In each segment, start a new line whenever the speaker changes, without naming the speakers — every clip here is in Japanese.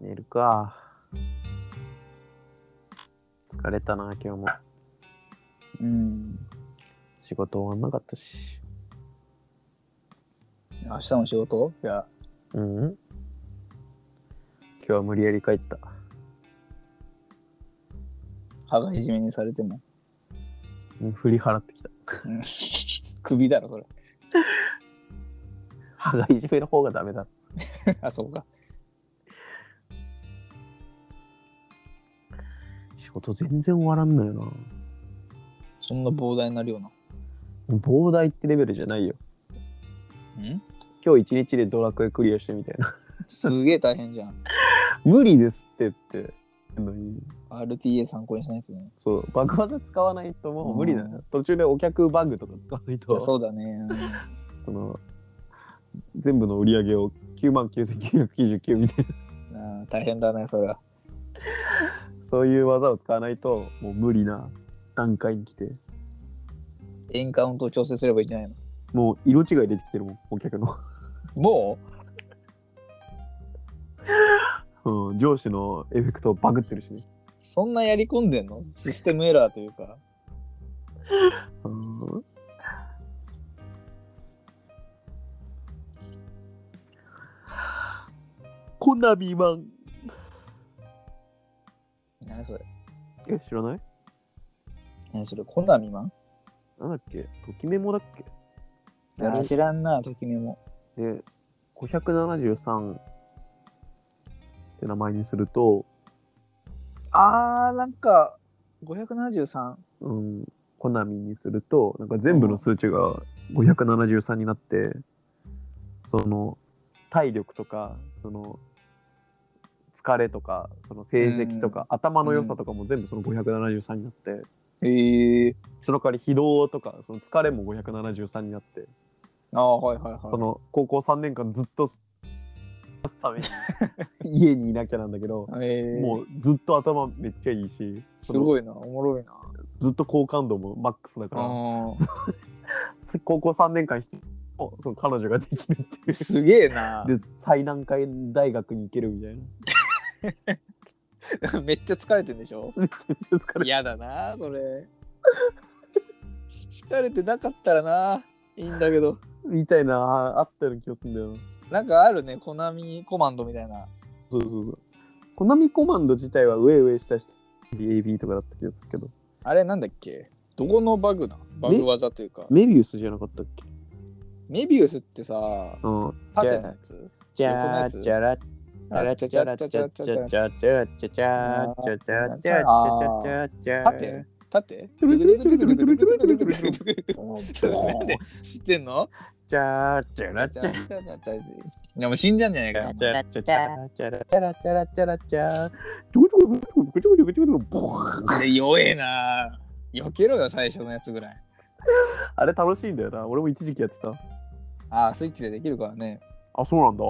寝るか。疲れたな、今日も。
うん。
仕事終わんなかったし。
明日も仕事いや、
うん今日は無理やり帰った。
歯がいじめにされても。
もう振り払ってきた。
うん、首だろ、それ。
歯がいじめの方がダメだ。
あ、そうか。
仕事全然終わらんのよな。
そんな膨大な量な。
膨大ってレベルじゃないよ。
ん
今日一日でドラクエクリアしてみたいな。
すげえ大変じゃん。
無理ですってって。のに
RTA 参考にしないとね。
そう、バグ技使わないともう無理だ
う
よ。途中でお客バグとか使わない
い
と。
やそうだね。
その全部の売り上げを9万9999みたいな
うん、あー大変だね、それは。
そういう技を使わないともう無理な段階に来て
エンカウントを調整すればいいんじゃないの
もう色違い出てきてるもんお客の、
も
うん、上司のエフェクトバグってるしね、
うそんなやり込んでんのシステムエラーというか。
うんコナミマン
何それ
え知らない
何それコナミマン
なんだっけときメモだっけ
あー知らんな、ときめも。
で573って名前にすると、
あー、なんか、573。
うん、コナミにするとなんか全部の数値が573になってその体力とかその疲れとかその成績とか、頭の良さとかも全部その573になって、
へえ。
その代わり疲労とかその疲れも573になって、
ああ、はいはいはい。
その高校3年間ずっとために 家にいなきゃなんだけど、
えー、
もうずっと頭めっちゃいいし
すご
い
いな、おもろいな。
ずっと好感度もマックスだから。
あ
高校3年間その彼女ができるっていう
ーすげえな。
で最難関大学に行けるみたいな
めっちゃ疲れてんでしょ
めっちゃめっちゃ疲れ
嫌だな、それ。 疲れてなかったらな、いいんだけど。
みたいなああったような気がするんだよな
なんかあるね、コナミコマンドみたいな。
そうそうそうコナミコマンド自体は上上下下 AB とかだった気がするけど
あれなんだっけどこのバグなバグ技というか。
メビウスじゃなかったっけ
メビウスってさ、
うん
縦のやつ
じ
ゃあじゃ
ら
あちゃちゃちゃちゃちゃち
ゃ
ゃ
ちゃちゃち
ゃちゃ
ち
ゃちゃち
ゃちゃ
縦縦なんで知ってんの
じゃあじゃ
ちゃちゃちゃちゃでも死んじゃんじゃないかよ。で弱えな。避けろよ、最初のやつぐらい。
あれ楽しいんだよな。俺も一時期やってた。
ああ、スイッチでできるからね。
あ、そうなんだ。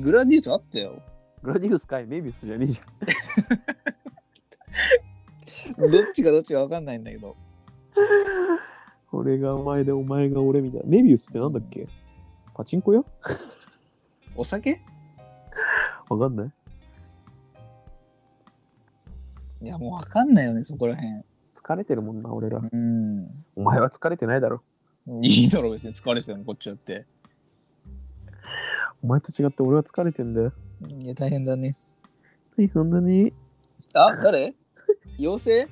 グラディウスあったよ。
グラディウスかい、メビウスじゃねえじゃん。
どっちがどっちか分かんないんだけど。
俺がお前でお前が俺みたいな。メビウスってなんだっけパチンコ屋
お酒
わかんない。
いや、もう分かんないよね、そこらへん。
疲れてるもんな、俺ら。
うん。
お前は疲れてないだろ。
いいだろ、別に疲れてもこっちだって。
お前と違って俺は疲れてんだよ。
いや、大変だね。
そんなに
あ、誰妖精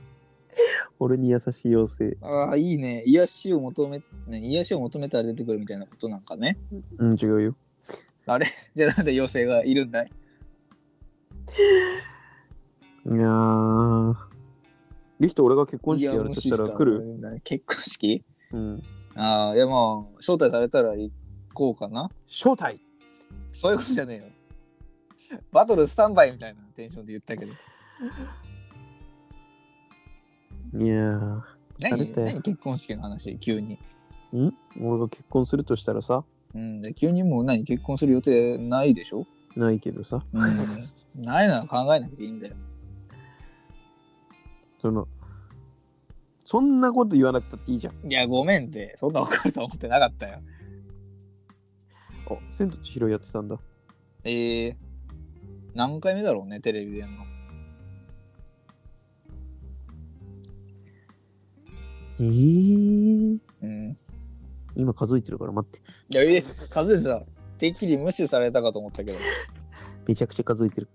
俺に優しい妖精。
ああ、いいね。癒しを求め、ね、癒しを求めたら出てくるみたいなことなんかね。
うん、違うよ。
じゃあなんで妖精がいるんだい
いやー。リヒト、俺が結婚式やるとしたら来る。
る結婚式
うん。
ああ、いやまあ、招待されたら行こうかな。
招待
そういうことじゃねえよ。バトルスタンバイみたいなテンションで言ったけど。
いやー。され
何
て
何結婚式の話、急に。
ん俺が結婚するとしたらさ、
うん、で急にもう何結婚する予定ないでしょ
ないけどさ、
うん。ないなら考えなくていいんだよ。
その、そんなこと言わなくたっていいじゃん。
いや、ごめんって、そんな分かると思ってなかったよ。
あ、千と千尋やってたんだ。
えー、何回目だろうね、テレビでやるの。
えー、
うん。
今数えてるから待って。
いや、え、数えてた。てっきり無視されたかと思ったけど。
めちゃくちゃ数えてる。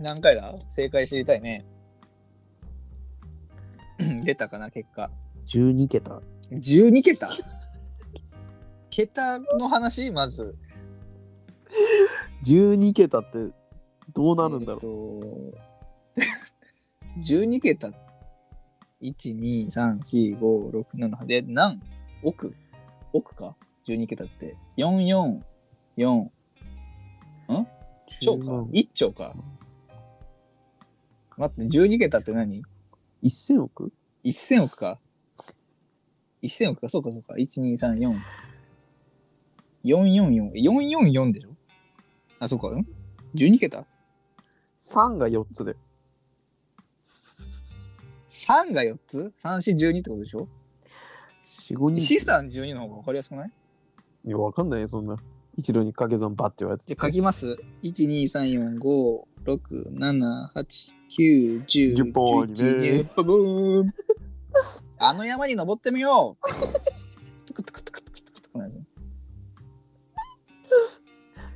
何回だ正解知りたいね。出たかな、結果。
12桁。
12桁桁の話まず。
12桁ってどうなるんだろ う、
う。12桁。1、2、3、4、5、6、7、8。で、何億億か ?12 桁って。4、4、4、兆か
10万。
1兆か。待って、12桁って何
1000億
?1000 億か。1000億か、そうかそうか。1、2、3、4。444。444でしょあ、そうか。ん ?12 桁
?3 が4つで。
?3 が4つ ?3、4、12ってことでしょ
4、5人。
資産12の方が分かりやすくない
いや、わかんないよ、そんな。一度に掛け算ばって言われて。
じゃあ書きます
10本ありね
?1,2,3,4,5,6,7,8,9,10 11 10本あの山に登ってみようトゥクトゥクトゥクトゥクトゥクトゥクなる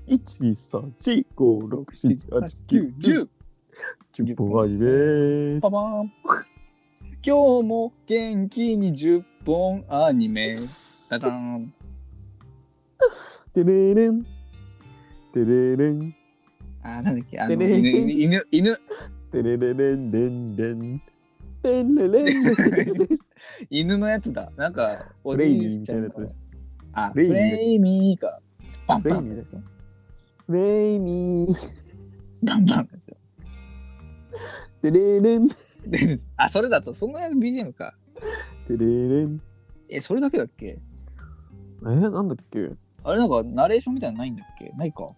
1、2、3、4、5、6、7、8、9、
10
10。10本ありね。
パパーン今日も元気に10本アニメダダーン
てれれん。てれれん。
あーなんだっけあの
てれ
犬犬犬犬
てれれれんれんれん。てれれんれんれんれん。
犬のやつだなんかおじいちゃん
プレイミーみたいなや
あプ
プレイミー
レイミーかパンパンってやつ
レイミー。
バンバンですよ。
てれれん。て
で あ、それだと、その BGM か。
れれん。
え、それだけだっけ
えー、なんだっけ
あれなんか、ナレーションみたいなのないんだっけないか。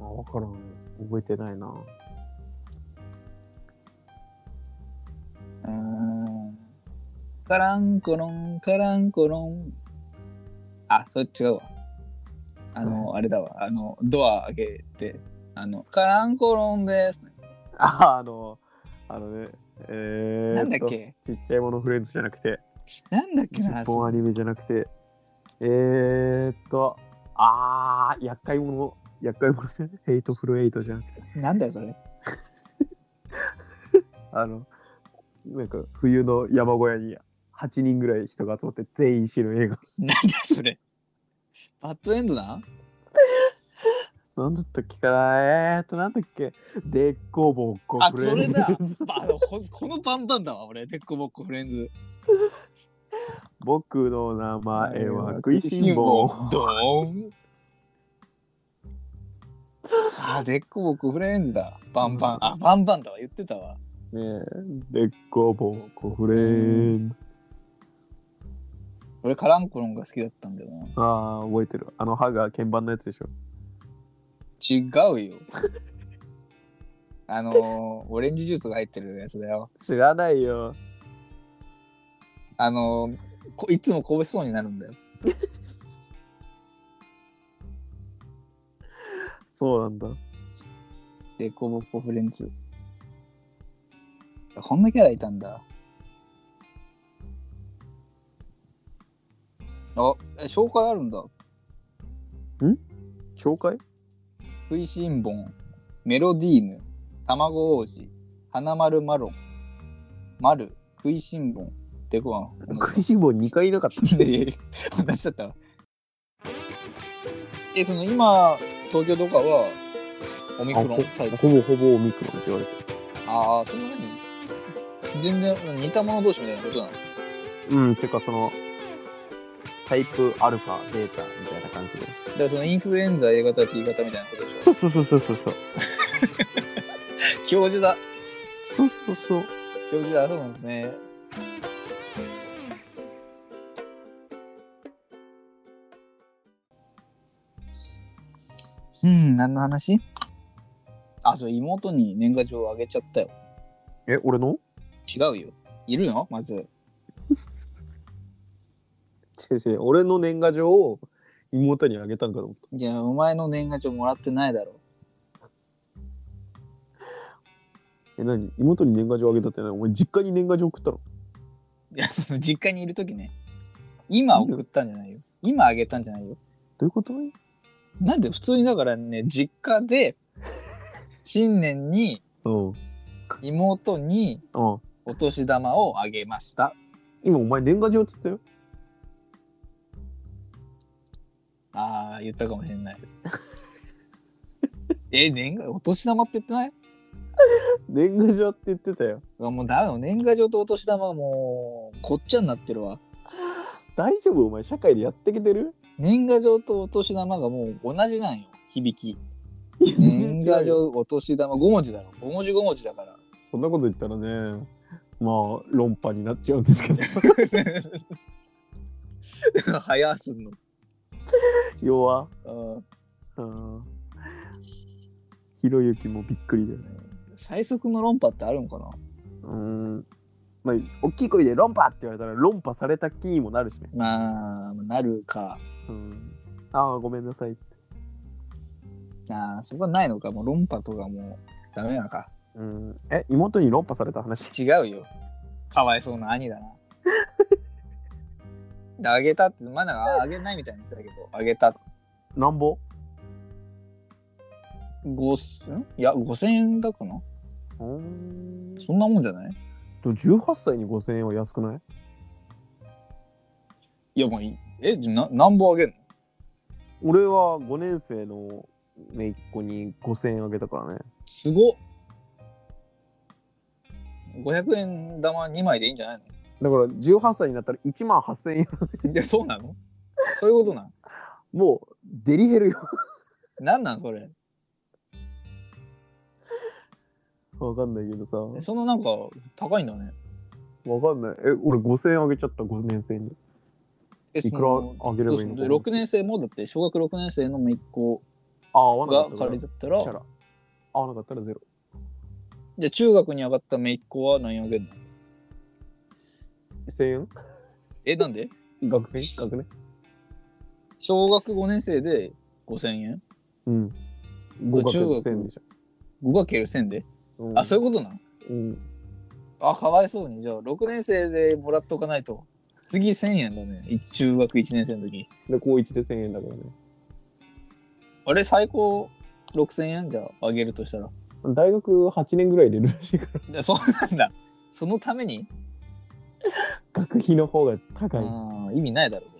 あ、わからん。覚えてないな。
うーん。カランコロン、カランコロン。あ、それ違うわ。あの、あれだわ。あの、ドア開けて、あの、カランコロンです。
あ、あの、あのね。えー、
なんだっけ
ちっちゃいものフレンズじゃなくて。
なんだっけな
日本アニメじゃなくて、えーっと、あー、厄介者、厄介者じゃないヘイトフルエイトじゃなくて、
なんだよ、それ。
あの、なんか冬の山小屋に8人ぐらい人が集まって全員死ぬ映画。
なんだよそれ。バッドエンドな
なんだったっけかなえーっと、なんだっけでっこぼっこ
あ、
フレ
それ
ンズ
だ。あのほ このバンバンだわ、俺。デッコボッコフレンズ。
僕の名前は食いしん坊。
ドーン あでっこぼこフレンズだバンバンあバンバンだわ言ってたわ
ねえ、でっこぼっこフレンズ。
俺カランコロンが好きだったんだよな
あー、覚えてる。あの歯が鍵盤のやつでしょ。
違うよあのー、オレンジジュースが入ってるやつだよ
知らないよ。
あのー、こいつもこぼしそうになるんだよ
そうなんだ。
でっこぼこフレンズこんなキャラいたんだあえ紹介あるんだ
紹介
食いしん坊、メロディーヌ、卵王子、花丸マロン、マル、食いしん坊、デコワン。
食いしん坊2回いなかった。
いやいやいや同じだったわ。 え、その今、東京とかは、オミクロンタイプ。
ほぼほぼオミクロンって言われて
ああ、そんなに全然似た者同士みたいなことなの
る。うん、てかその、タイプアルファ、ベータみたいな感じで。
だからそのインフルエンザ A 型 B 型みたいなことでし
そうそうそうそうそう。
ょ。教授だ。
そうそうそう。
教授だ、そうなんですね。うん、何の話あ、そう、妹に年賀状あげちゃったよ。
え、俺の
違うよ。いるのまず。
違う違う、俺の年賀状を妹にあげたんかと思っ
じゃあ、お前の年賀状もらってないだろう。
え、何妹に年賀状あげたって何お前実家に年賀状送ったの
いや、その実家にいるときね。今送ったんじゃないよ。今あげたんじゃないよ。
どういうこと
なんで普通にだからね、実家で、新年に
うん。
妹に
うん。
お年玉をあげました。
今お前年賀状っつったよ。
ああ、言ったかもしれない。 え、年賀、お年玉って言ってない
年賀状って言ってたよ。
うわもうダメだ、年賀状とお年玉はもう、こっちゃになってるわ。
大丈夫お前社会でやってきてる
年賀状とお年玉がもう同じなんよ、響き。年賀。状、お年玉、5文字だろ。5文字5文字だから。
そんなこと言ったらね、まあ論破になっちゃうんですけど。
早すんの。
弱。
うん
うん。ひろゆきもびっくりだよね。
最速の論破ってあるのかな
うーん。まあ、大きい声で論破って言われたら論破された気にもなるしね。
まあ、なるか。
うん。ああ、ごめんなさい。
ああ、そこはないのか。もう論破とかもうダメなのか。
うん。え、妹に論破された話。
違うよ。かわいそうな兄だな。 であげたって、まあなんかああげないみたいにしてたけど、あげた。
なんぼ
五千んいや、5000円だかな
うーん。で
そんなもんじゃない
も18歳に5000円は安くない
いや、もういい。え、じゃななんぼあげんの
俺は5年生の姪っ子に5000円あげたからね。
すごっ。500円玉2枚でいいんじゃないの
だから18歳になったら1万8000円。
いや、そうなの そういうことなん
もうデリヘルよ。
なんなんそれ
わかんないけどさ。
えそのなんか高いんだね。
わかんない。え、俺5000円あげちゃった、5年生に。
え、
い
そ
くら
の
あげれば
どう
い
す
い
ん
の
の
か
で
な。
?6 年生もだって小学6年生の姪っ子
あ、合わな
が
かった
借
ら
りてたら、
チャ
じゃ
ラ。合わなかったらゼロ。
あ中学に上がった姪っ子は何あげんの
1000円
え、なんで
学年学年
小学5年生で5000円
うん。合
学
格1000円でし
?5×1000 で、
ょ。
あ、そう
う
いうことなん
ん。うん
あ、かわいそうに。じゃあ6年生でもらっとかないと。次1000円だね。い中学1年生の時。
で、高1で1000円だからね。
あれ、最高6000円じゃああげるとしたら。
大学8年ぐらいでるらしいから。
でそうなんだ。そのために、
学費の方が高い。あ
あー意味ないだろ、こ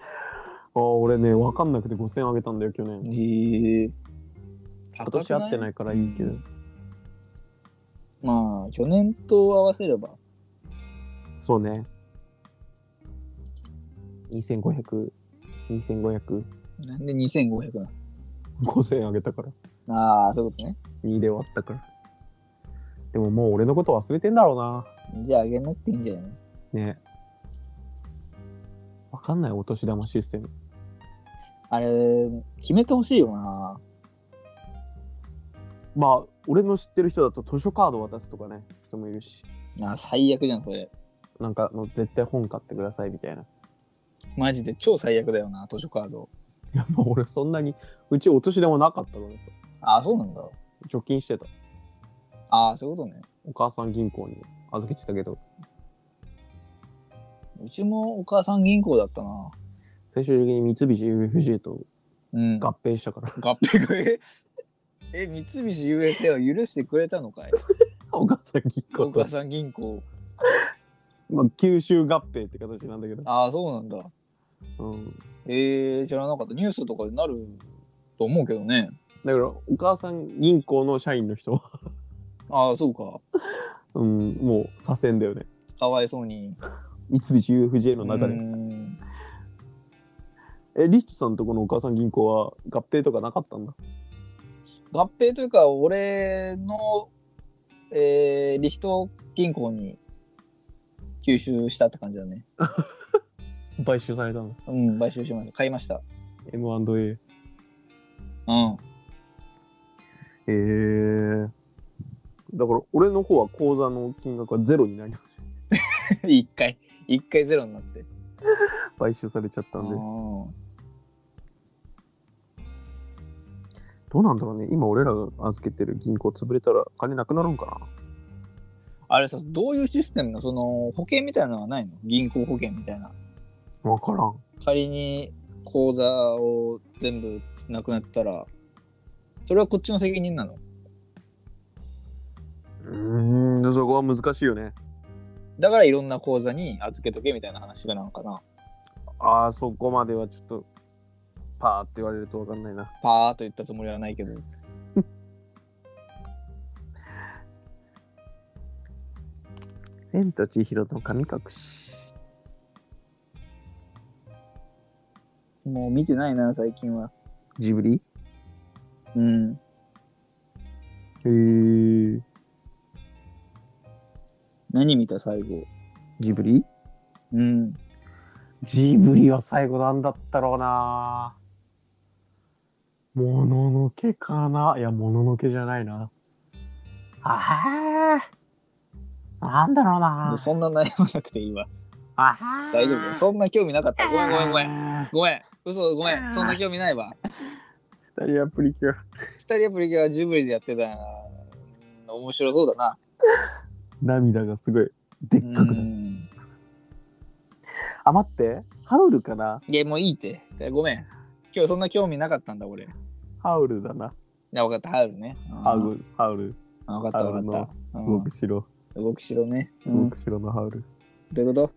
れ。
あ、俺ね、わかんなくて5000円あげたんだよ、去年。
へえ。。
今年会ってないいからいいけど。
まあ、去年と合わせれば。
そうね。2500、2500、
なんで2500な
5000円あげたから。
のああ、そういうことね。
2で割ったから。でももう俺のこと忘れてんだろ
じゃあ、あげなくていいんじゃないう
な。ね。わかんない、お年玉システム。
あれ、決めてほしいよな。
まあ、俺の知ってる人だと図書カード渡すとかね、人もいるし。
あー最悪じゃん、これ。
なんか、あの絶対本買ってくださいみたいな。い
マジで超最悪だよな、図書カード。
や、まあ俺そんなに、うちお年玉なかったからさ、
ああ、そうなんだ。
貯金してた。
ああ、そういうことね。
お母さん銀行に預けてたけど、
うちもお母さん銀行だったな。
最終的に三菱 UFJ と
うん。
合併したから。
合併くえ、え、三菱 USA を許してくれたのかい
お母さん銀行
お
と
母。さん銀行。
まあ、九州合併って形なんだけど。
ああ、そうなんだ。
うん。
えー、知らなかった。ニュースとかでなると思うけどね。
だから、お母さん銀行の社員の人は、
ああ、そうか。
うん、もう左遷だよね。
かわいそうに。
三菱 UFJ の中
う
で。
ーん
え、リヒトさんとこのお母さん銀行は合併とかなかったんだ。
合併というか、俺の、えー、リヒト銀行に吸収したって感じだね。
買収されたの。
うん、買収しました。買いました。
M&A。
うん。
えー。だから、俺の方は口座の金額はゼロになり まし
一回、一回ゼロになって。
た。買収されちゃったんで。
うん
どうなんだろうね今俺らが預けてる銀行潰れたら金なくなるんかな
あれさ、どういうシステムの、その、保険みたいなのはないの銀行保険みたいな。
分からん
仮に口座を全部なくなったら、それはこっちの責任なの
うーんそこは難しいよね
だからいろんな口座に預けとけみたいな話なのかな
ああそこまではちょっとパーって言われると分かんないな
パーっと言ったつもりはないけど。
「千と千尋の神隠し
もう見てないな、最近は。」
ジブリ
うん。
へえ
何見た最後。
ジブリ
うん。
ジブリは最後なんだったろうなもののけかないや、もののけじゃないな。ああなんだろうな
でそんな悩まなくていいわ。
あは
大丈夫だよ。そんな興味なかった。ごめんごめんごめん。
ん。
ごめん。嘘ごめん。そんな興味ないわ。
二人アプリキュア。
二人アプリがジブリでやってたな。うん面白そうだな。
涙がすごい。でっ
う
かくなる。
ん。
あ、待って。ハウルかない
や、もういいって。でごめん。今日そんな興味なかったんだ、俺。い
ハウルだな。
や、分かった、ハウルね。うん
ハウル、ハウル。
あ分かった、分かった。
動
うん
く城。
動く城ね。う
動
ん。ど
く城のハウル。
ういうこと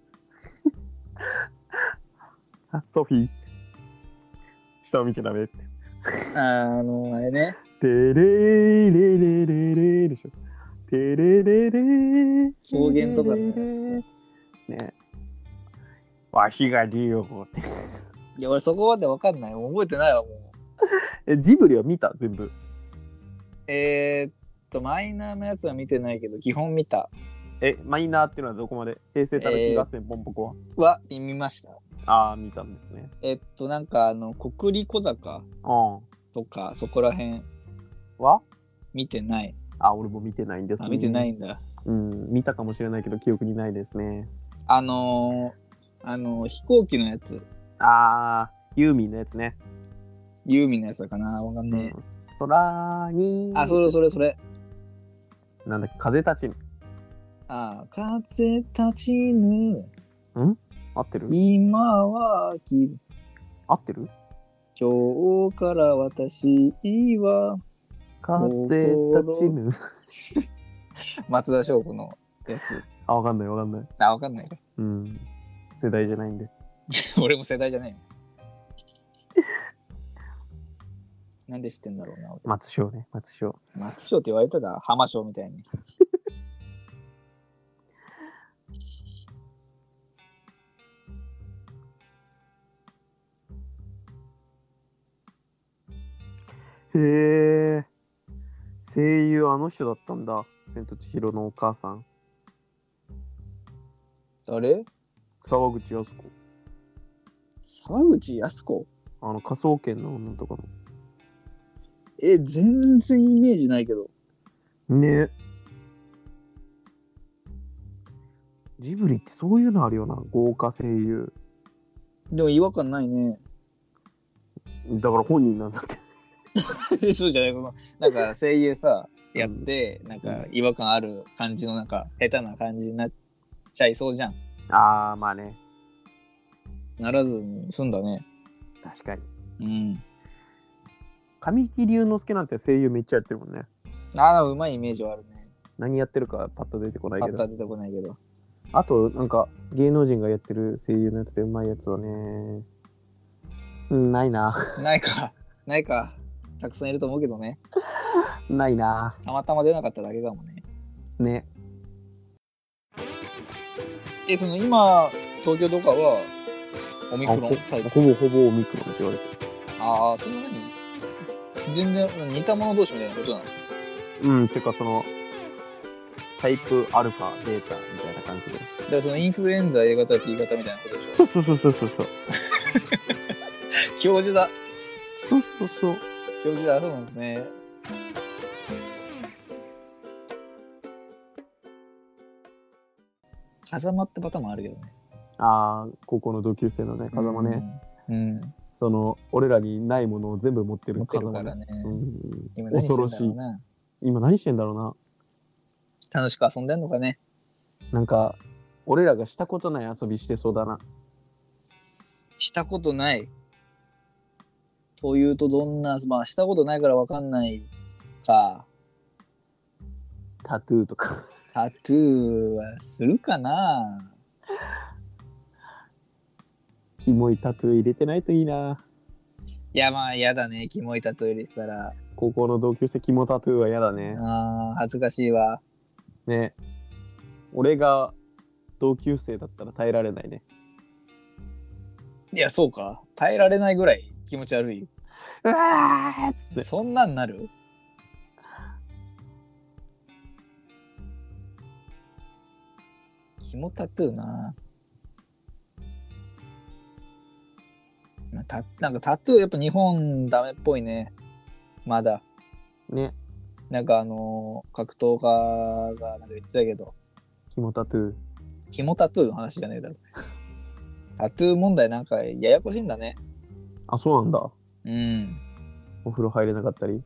あソフィー。下を見ちゃダメって。
あーあの、あれね。
てれれれれれでしょ。てれれれ
草原とかのやつか
ね。わしが竜を。
いや、俺そこまで分かんない。もう覚えてないわ、もう。
え、ジブリは見た全部。
えー、っと、マイナーのやつは見てないけど、基本見た。
え、マイナーっていうのはどこまで平成たぬき合戦ポンポコは、
は、見ました。
ああ、見たんですね。
えっと、なんか、あの、国立小坂
うん。
とか、そこら辺、
は
見てない。
あ、俺も見てないんです、
あ、見てない。んだ。
うん、見たかもしれないけど、記憶にないですね。
あのー、あのー、飛行機のやつ、
ああ、ユーミンのやつね。
ユーミンのやつだかなわかんね
うん空に
え。、あ、それそれそれ。
なんだっけ、風立ちぬ。
あ、風立ちぬ、
合ってる
今は秋、
合ってる
今日から私は、
風立ちぬ。
松田翔子のやつ。
あ、わかんないわかんない。
あ、わかんないか。
うん。世代じゃないんで。
俺も世代じ ゃないよ。なんで知ってんだろうな。
松翔ね、松翔。
俺松翔って言われたら浜翔みたいに。
へえ。声優あの人だったんだ。千と千尋のお母さん。
誰
沢口靖子。
沢口靖子
あの、科捜研の女とか
え、全然イメージないけど。
の。ねジブリってそういうのあるよな。豪華声優。
でも違和感ないね。
だから本人なんだって。
そうじゃない、その、なんか声優さ、やって、なんか違和感ある感じの、なんか下手な感じになっちゃいそうじゃん。
あー、まあね。
ならずに済んだね。
確かに。
うん。
神木隆之介なんて声優めっちゃやってるもんね。
ああ、うまいイメージはあるね。
何やってるかパッと出てこない
パ
け
ッ
ど
と。は出てこないけど。
あと、なんか、芸能人がやってる声優のやつでうまいやつはね、うん、ないな。
ないか、ないか。たくさんいると思うけどね。
ないな。
たまたま出なかっただけかもね。
ね。
え、その今、東京とかは、オミクロンタイプ。
ほぼほぼオミクロンって言われて
ああ、そんなに全然似た者同士みたいなことなの
る。うん、てかその、タイプアルファ、ベータみたいな感じで。
だからそのインフルエンザ A 型 B 型みたいなことでし
そ
ょ
うそうそうそうそうそう。
教授だ。
そうそうそう。
教授だ、そうなんですね。風間ってパターンもあるけどね。
ああ、高校の同級生のね、風間ね。
うん。うん。
その俺らにないものを全部持って
持
る
って
風
る
間
から
ね
ね。
うん、
今何してんだろうな。
今何してんだろうな
楽しく遊んでんのかね。
なんか俺らがしたことない遊びしてそうだな
したことない。というとどんな、まあしたことないからわかんないか。
タトゥーとか
タトゥーはするかな
キモいタトゥー入れてないといいない
やまあ嫌だね。キモいタトゥー入れてたら。
高校の同級生キモタトゥーは嫌だね
あー恥ずかしいわ。
ね俺が同級生だったら耐えられないね
いやそうか。耐えられないぐらい気持ち悪い。
うわーっつって
そんなんなる肝タトゥーなまあたなんかタトゥーやっぱ日本ダメっぽいねまだ
ね
なんかあのー格闘家がなんか言ってたけど
キモタトゥー
肝タトゥーの話じゃねえだろタトゥー問題なんかややこしいんだね
あそうなんだ
うん
お風呂入れなかったり
い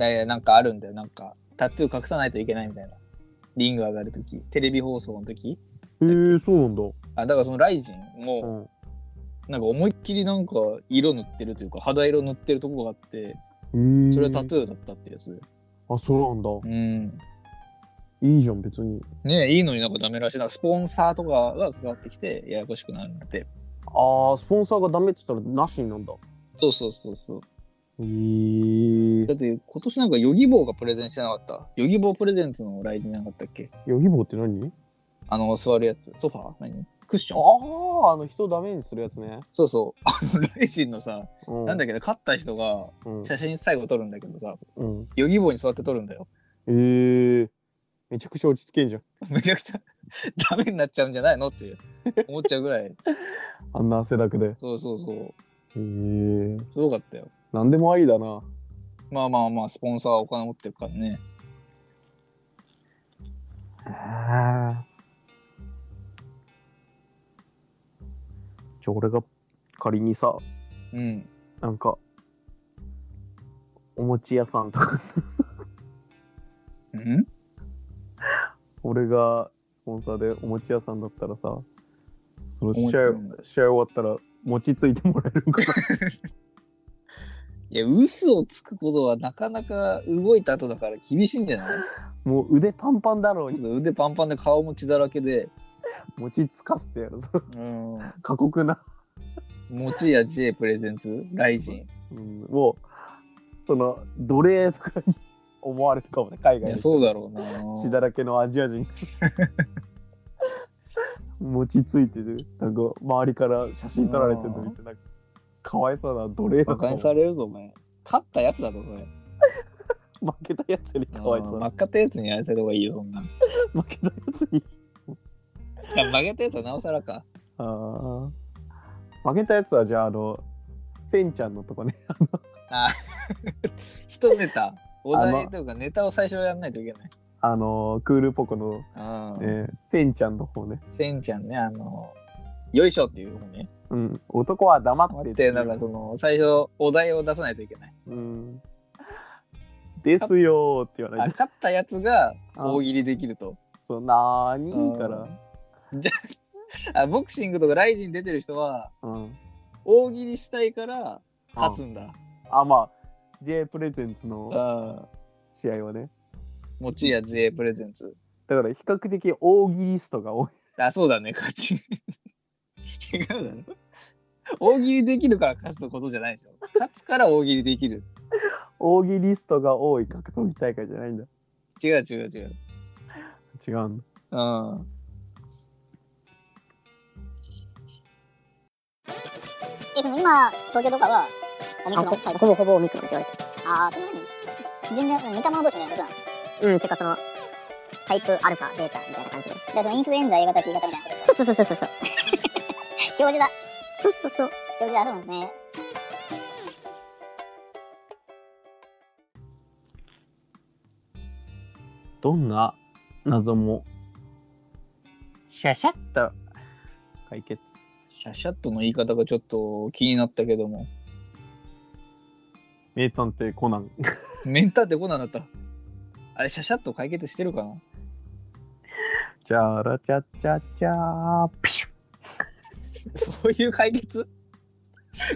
やいや、なんかあるんだよ。なんか、タトゥー隠さないといけないみたいな。リング上がるとき、テレビ放送のとき。
へえー、そうなんだ、
あ、だからそのライジン
う
も、
ん、
なんか思いっきりなんか色塗ってるというか、肌色塗ってるとこがあって、
えー、
それはタトゥーだったってやつ。
あそうなんだ
うん。
いいじゃん別に
ねえいいのになんかダメらしい。なんかスポンサーとかが関わってきて、ややこしくなるんで。
あースポンサーがダメって言ったらなしになんだ
そうそうそうそう。
へえー
だ、って今年なんかヨギボーがプレゼンしてなかった。ヨギボープレゼンツのライジンなかったっけ
ヨギボーって何
あの、座るやつ。ソファー何クッション
あああの人ダメにするやつね、
そうそう。あの、ライジンのさ、
うん、
なんだけど、勝った人が、
うん
写真最後撮るんだけどさ、
うん、
ヨギボーに座って撮るんだよ。
えー、めちゃくちゃ落ち着けんじゃん
めちゃくちゃ ダメになっちゃうんじゃないのって思っちゃうぐらい。
あんな汗だくでへ
そうそうそう。
えー、
すごかったよ。
なんでもありだな
まあまあまあ、スポンサーはお金持ってるからね。
あじゃあ俺が仮にさ
うん。
なんかお餅屋さんとか
うん
俺がスポンサーでお餅屋さんだったらさその
お餅
試合
屋なんだ
試合終わったら餅ついてもらえるんか な
いや、嘘をつくことはなかなか動いた後だから厳しいんじ ゃない
もう腕パンパンだろう
ちょっと腕パンパンで顔も血だらけで、
餅つかせてやる
うん。
過酷な、
餅や J プレゼンツ、ライジン。
うん、もうその奴隷とかに思われるかもね海
い
外
や、
の
そうだろう
血
な。
だらけのアジア 人餅ついてるなんか周りから写真撮られてるの見てなんかかわいそうな奴隷
バ
と
カ
か
に
も
されるぞ、お前。勝ったやつだぞ、それ。
負けたやつにかわいそう
真
な
っ赤ったやつにやらせた方がいいよ、そんな。
負けたやつに
いや曲げたやつはなおさらか。
あー負けたやつはじゃああのせんちゃんのとこね
一 ネタ、お
あ
題
の
とかネタを最初やんないといけない。
あのクールポコの、
うん。
えーせんちゃんの方ね
せんちゃんね、あの、よいしょっていう方ね。
うん男は黙って
待って、なんかその、最初、お題を出さないといけない。
うんですよーって言わ
あ、
ない
勝ったやつが
あ
大喜利できると。
そうなーにーから
あ、ボクシングとかライジン出てる人は、
うん
大喜利したいから勝つんだ。
あまあ J プレゼンツの
うん。
試合はね
持ちや JA プレゼンツ。
だから比較的大喜利ストが多い
あ、そうだね、勝ち。違うだろ。大喜利できるから勝つことじゃないでしょ。勝つから大喜利できる。
大喜利ストが多い格闘技大会じゃないんだ
違う違う違う。
違うんだ
うん。
え、その今、東京とかは、オミク
あ
ロン
ほ
対
ほぼほぼオミクロンって言わ
ああ、そんなに全然、似た者同士みたいなことなのだ
れてる。うん、てかその、タイプアルファ、ベータみたいな感じで。
からそのインフルエンザ A 型、B 型みたいなことでし
そうそうそうそうそ
ょ。
う。
長寿だ。
そうそうそう。
長寿だ、そうなんですね。
どんな謎もシャシャッと解決
シャシャッとの言い方がちょっと気になったけども。
名探偵コナン。
メンターってこんなんだった。あれ、シャシャッと解決してるかな
チャラチャチャチャー。ピシュッ
そういう解決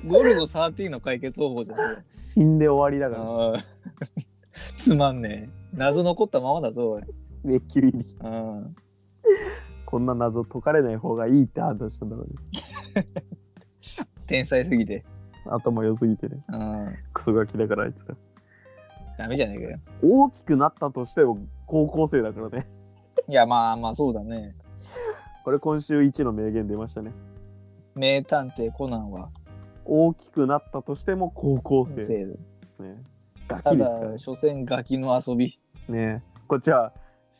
ゴルゴ13の解決方法じゃない。
死んで終わりだから。
あーつまんねえ。謎残ったままだぞ、俺。
めっきりに
うん。
こんな謎解かれない方がいいって判断したんだろうね。
天才すぎて。
頭良すぎてね。
うん。
クソガキだからあいつら。
ダメじゃねえかよ。
大きくなったとしても高校生だからね。
いや、まあまあ、そうだね。
これ今週1の名言出ましたね。
名探偵コナンは
大きくなったとしても高校生です
生徒
ね。ガ
た
キですから
だ、所詮ガキの遊び。
ね。ねこっちは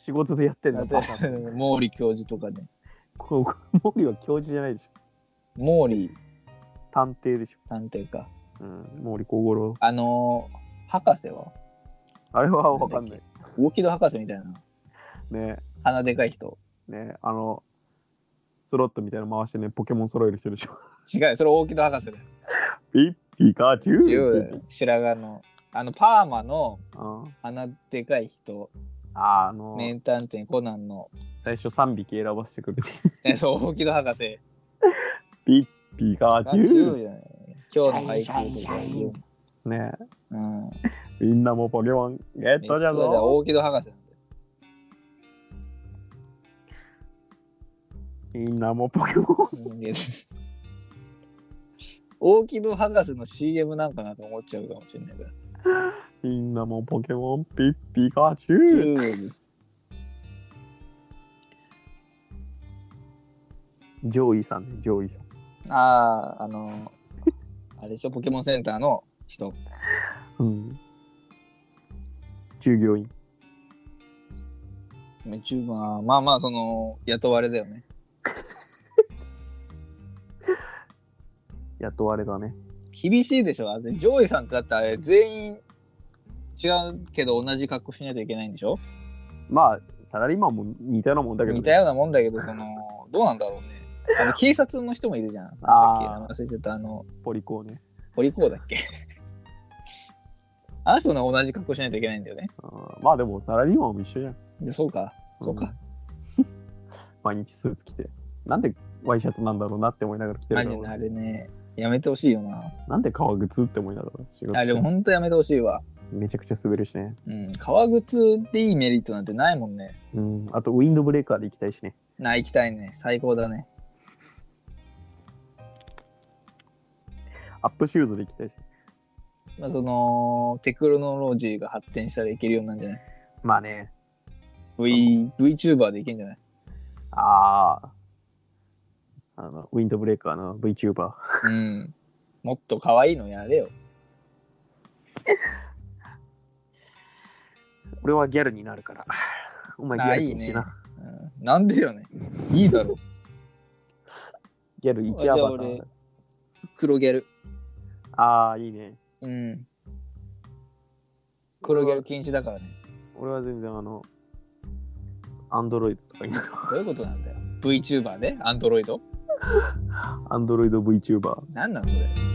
仕事でやってん
だ
だ
っ
パパ。
て、 毛利教授とかね。
こう モリは教授じゃないでしょ。
毛利
探偵でしょ。
探偵か。
うん、毛利小五郎。
あのー、博士は
あれはわかんない。
大木戸博士みたいな。
ね
鼻でかい人。
ねあの、スロットみたいなの回してね、ポケモン揃える人でしょ。
違うよそれ大木戸博士だよ。
ピピカチュウって言って
白髪の。あの、パーマの
うん
鼻でかい人。
あーあの、
名探偵コナンの。
最初3匹選ばせてく れて。
えそう、大木戸博士。
ピピカ
ガ
チ
チュウ
ュ
じゃない。今日の俳句とか言う。
ウね
うん。
みんなもポケモンゲットじゃ
えっと
ぞ
大木戸博士なんだよ。
みんなもポケ モン
うんいや大木戸博士の CM なんかなと思っちゃうかもしれないから。
みんなもポケモンピッピカチ
チ
ュウ
ュー
ジョイさんね、ジョイさん。
ああ、あの、あれでしょ、ポケモンセンターの人。
うん。従業員。
チューバーまあまあ、その、雇われだよね。
雇われだね。
厳しいでしょ。あれジョイさんってだってあれ、全員違うけど同じ格好しないといけないんでしょ
まあ、サラリーマンも似たようなもんだけど、ね。
似たようなもんだけど、その、どうなんだろうね。あの警察の人もいるじゃん。なんだっけ
あー
あの忘れちゃった、あの、
ポリコーね。
ポリコーだっけ あの人の同じ格好しないといけないんだよね。
あーまあでも、サラリーマンも一緒じゃん。
で、そうか。そうか。
毎日スーツ着て。なんでワイシャツなんだろうなって思いながら着て
マ
る
ジ
か
で
ら
あれね、やめてほしいよな。
なんで革靴って思いながら仕事
あ、でも
して
ほんとやめてほしいわ。
めちゃくちゃ滑るしね。
うん、革靴でいいメリットなんてないもんね。
うん。あと、ウィンドブレーカーで行きたいしね。
な、行きたいね。最高だね。
アップシューズで行きたいし。
まあ、その、テクノロジーが発展したらいけるようになるんじゃない
まあね。
?V、VTuber でいけんじゃない
ああ。あの、ウィンドブレーカーの VTuber。
うん。もっと可愛いのやれよ。
俺はギャルになるから。お前ギャル禁止な。
あいいうん、なんでよね。いいだろ。
ギャル1
あじゃあ
アバタ
俺
ー。
黒ギャル。
ああ、いいね。
うん。黒ギャル禁止だからね。
俺は全然あの、アンドロイドとかになる。
どういうことなんだよ。VTuber で、アンドロイド
アンドロイド VTuber。
なんなんそれ。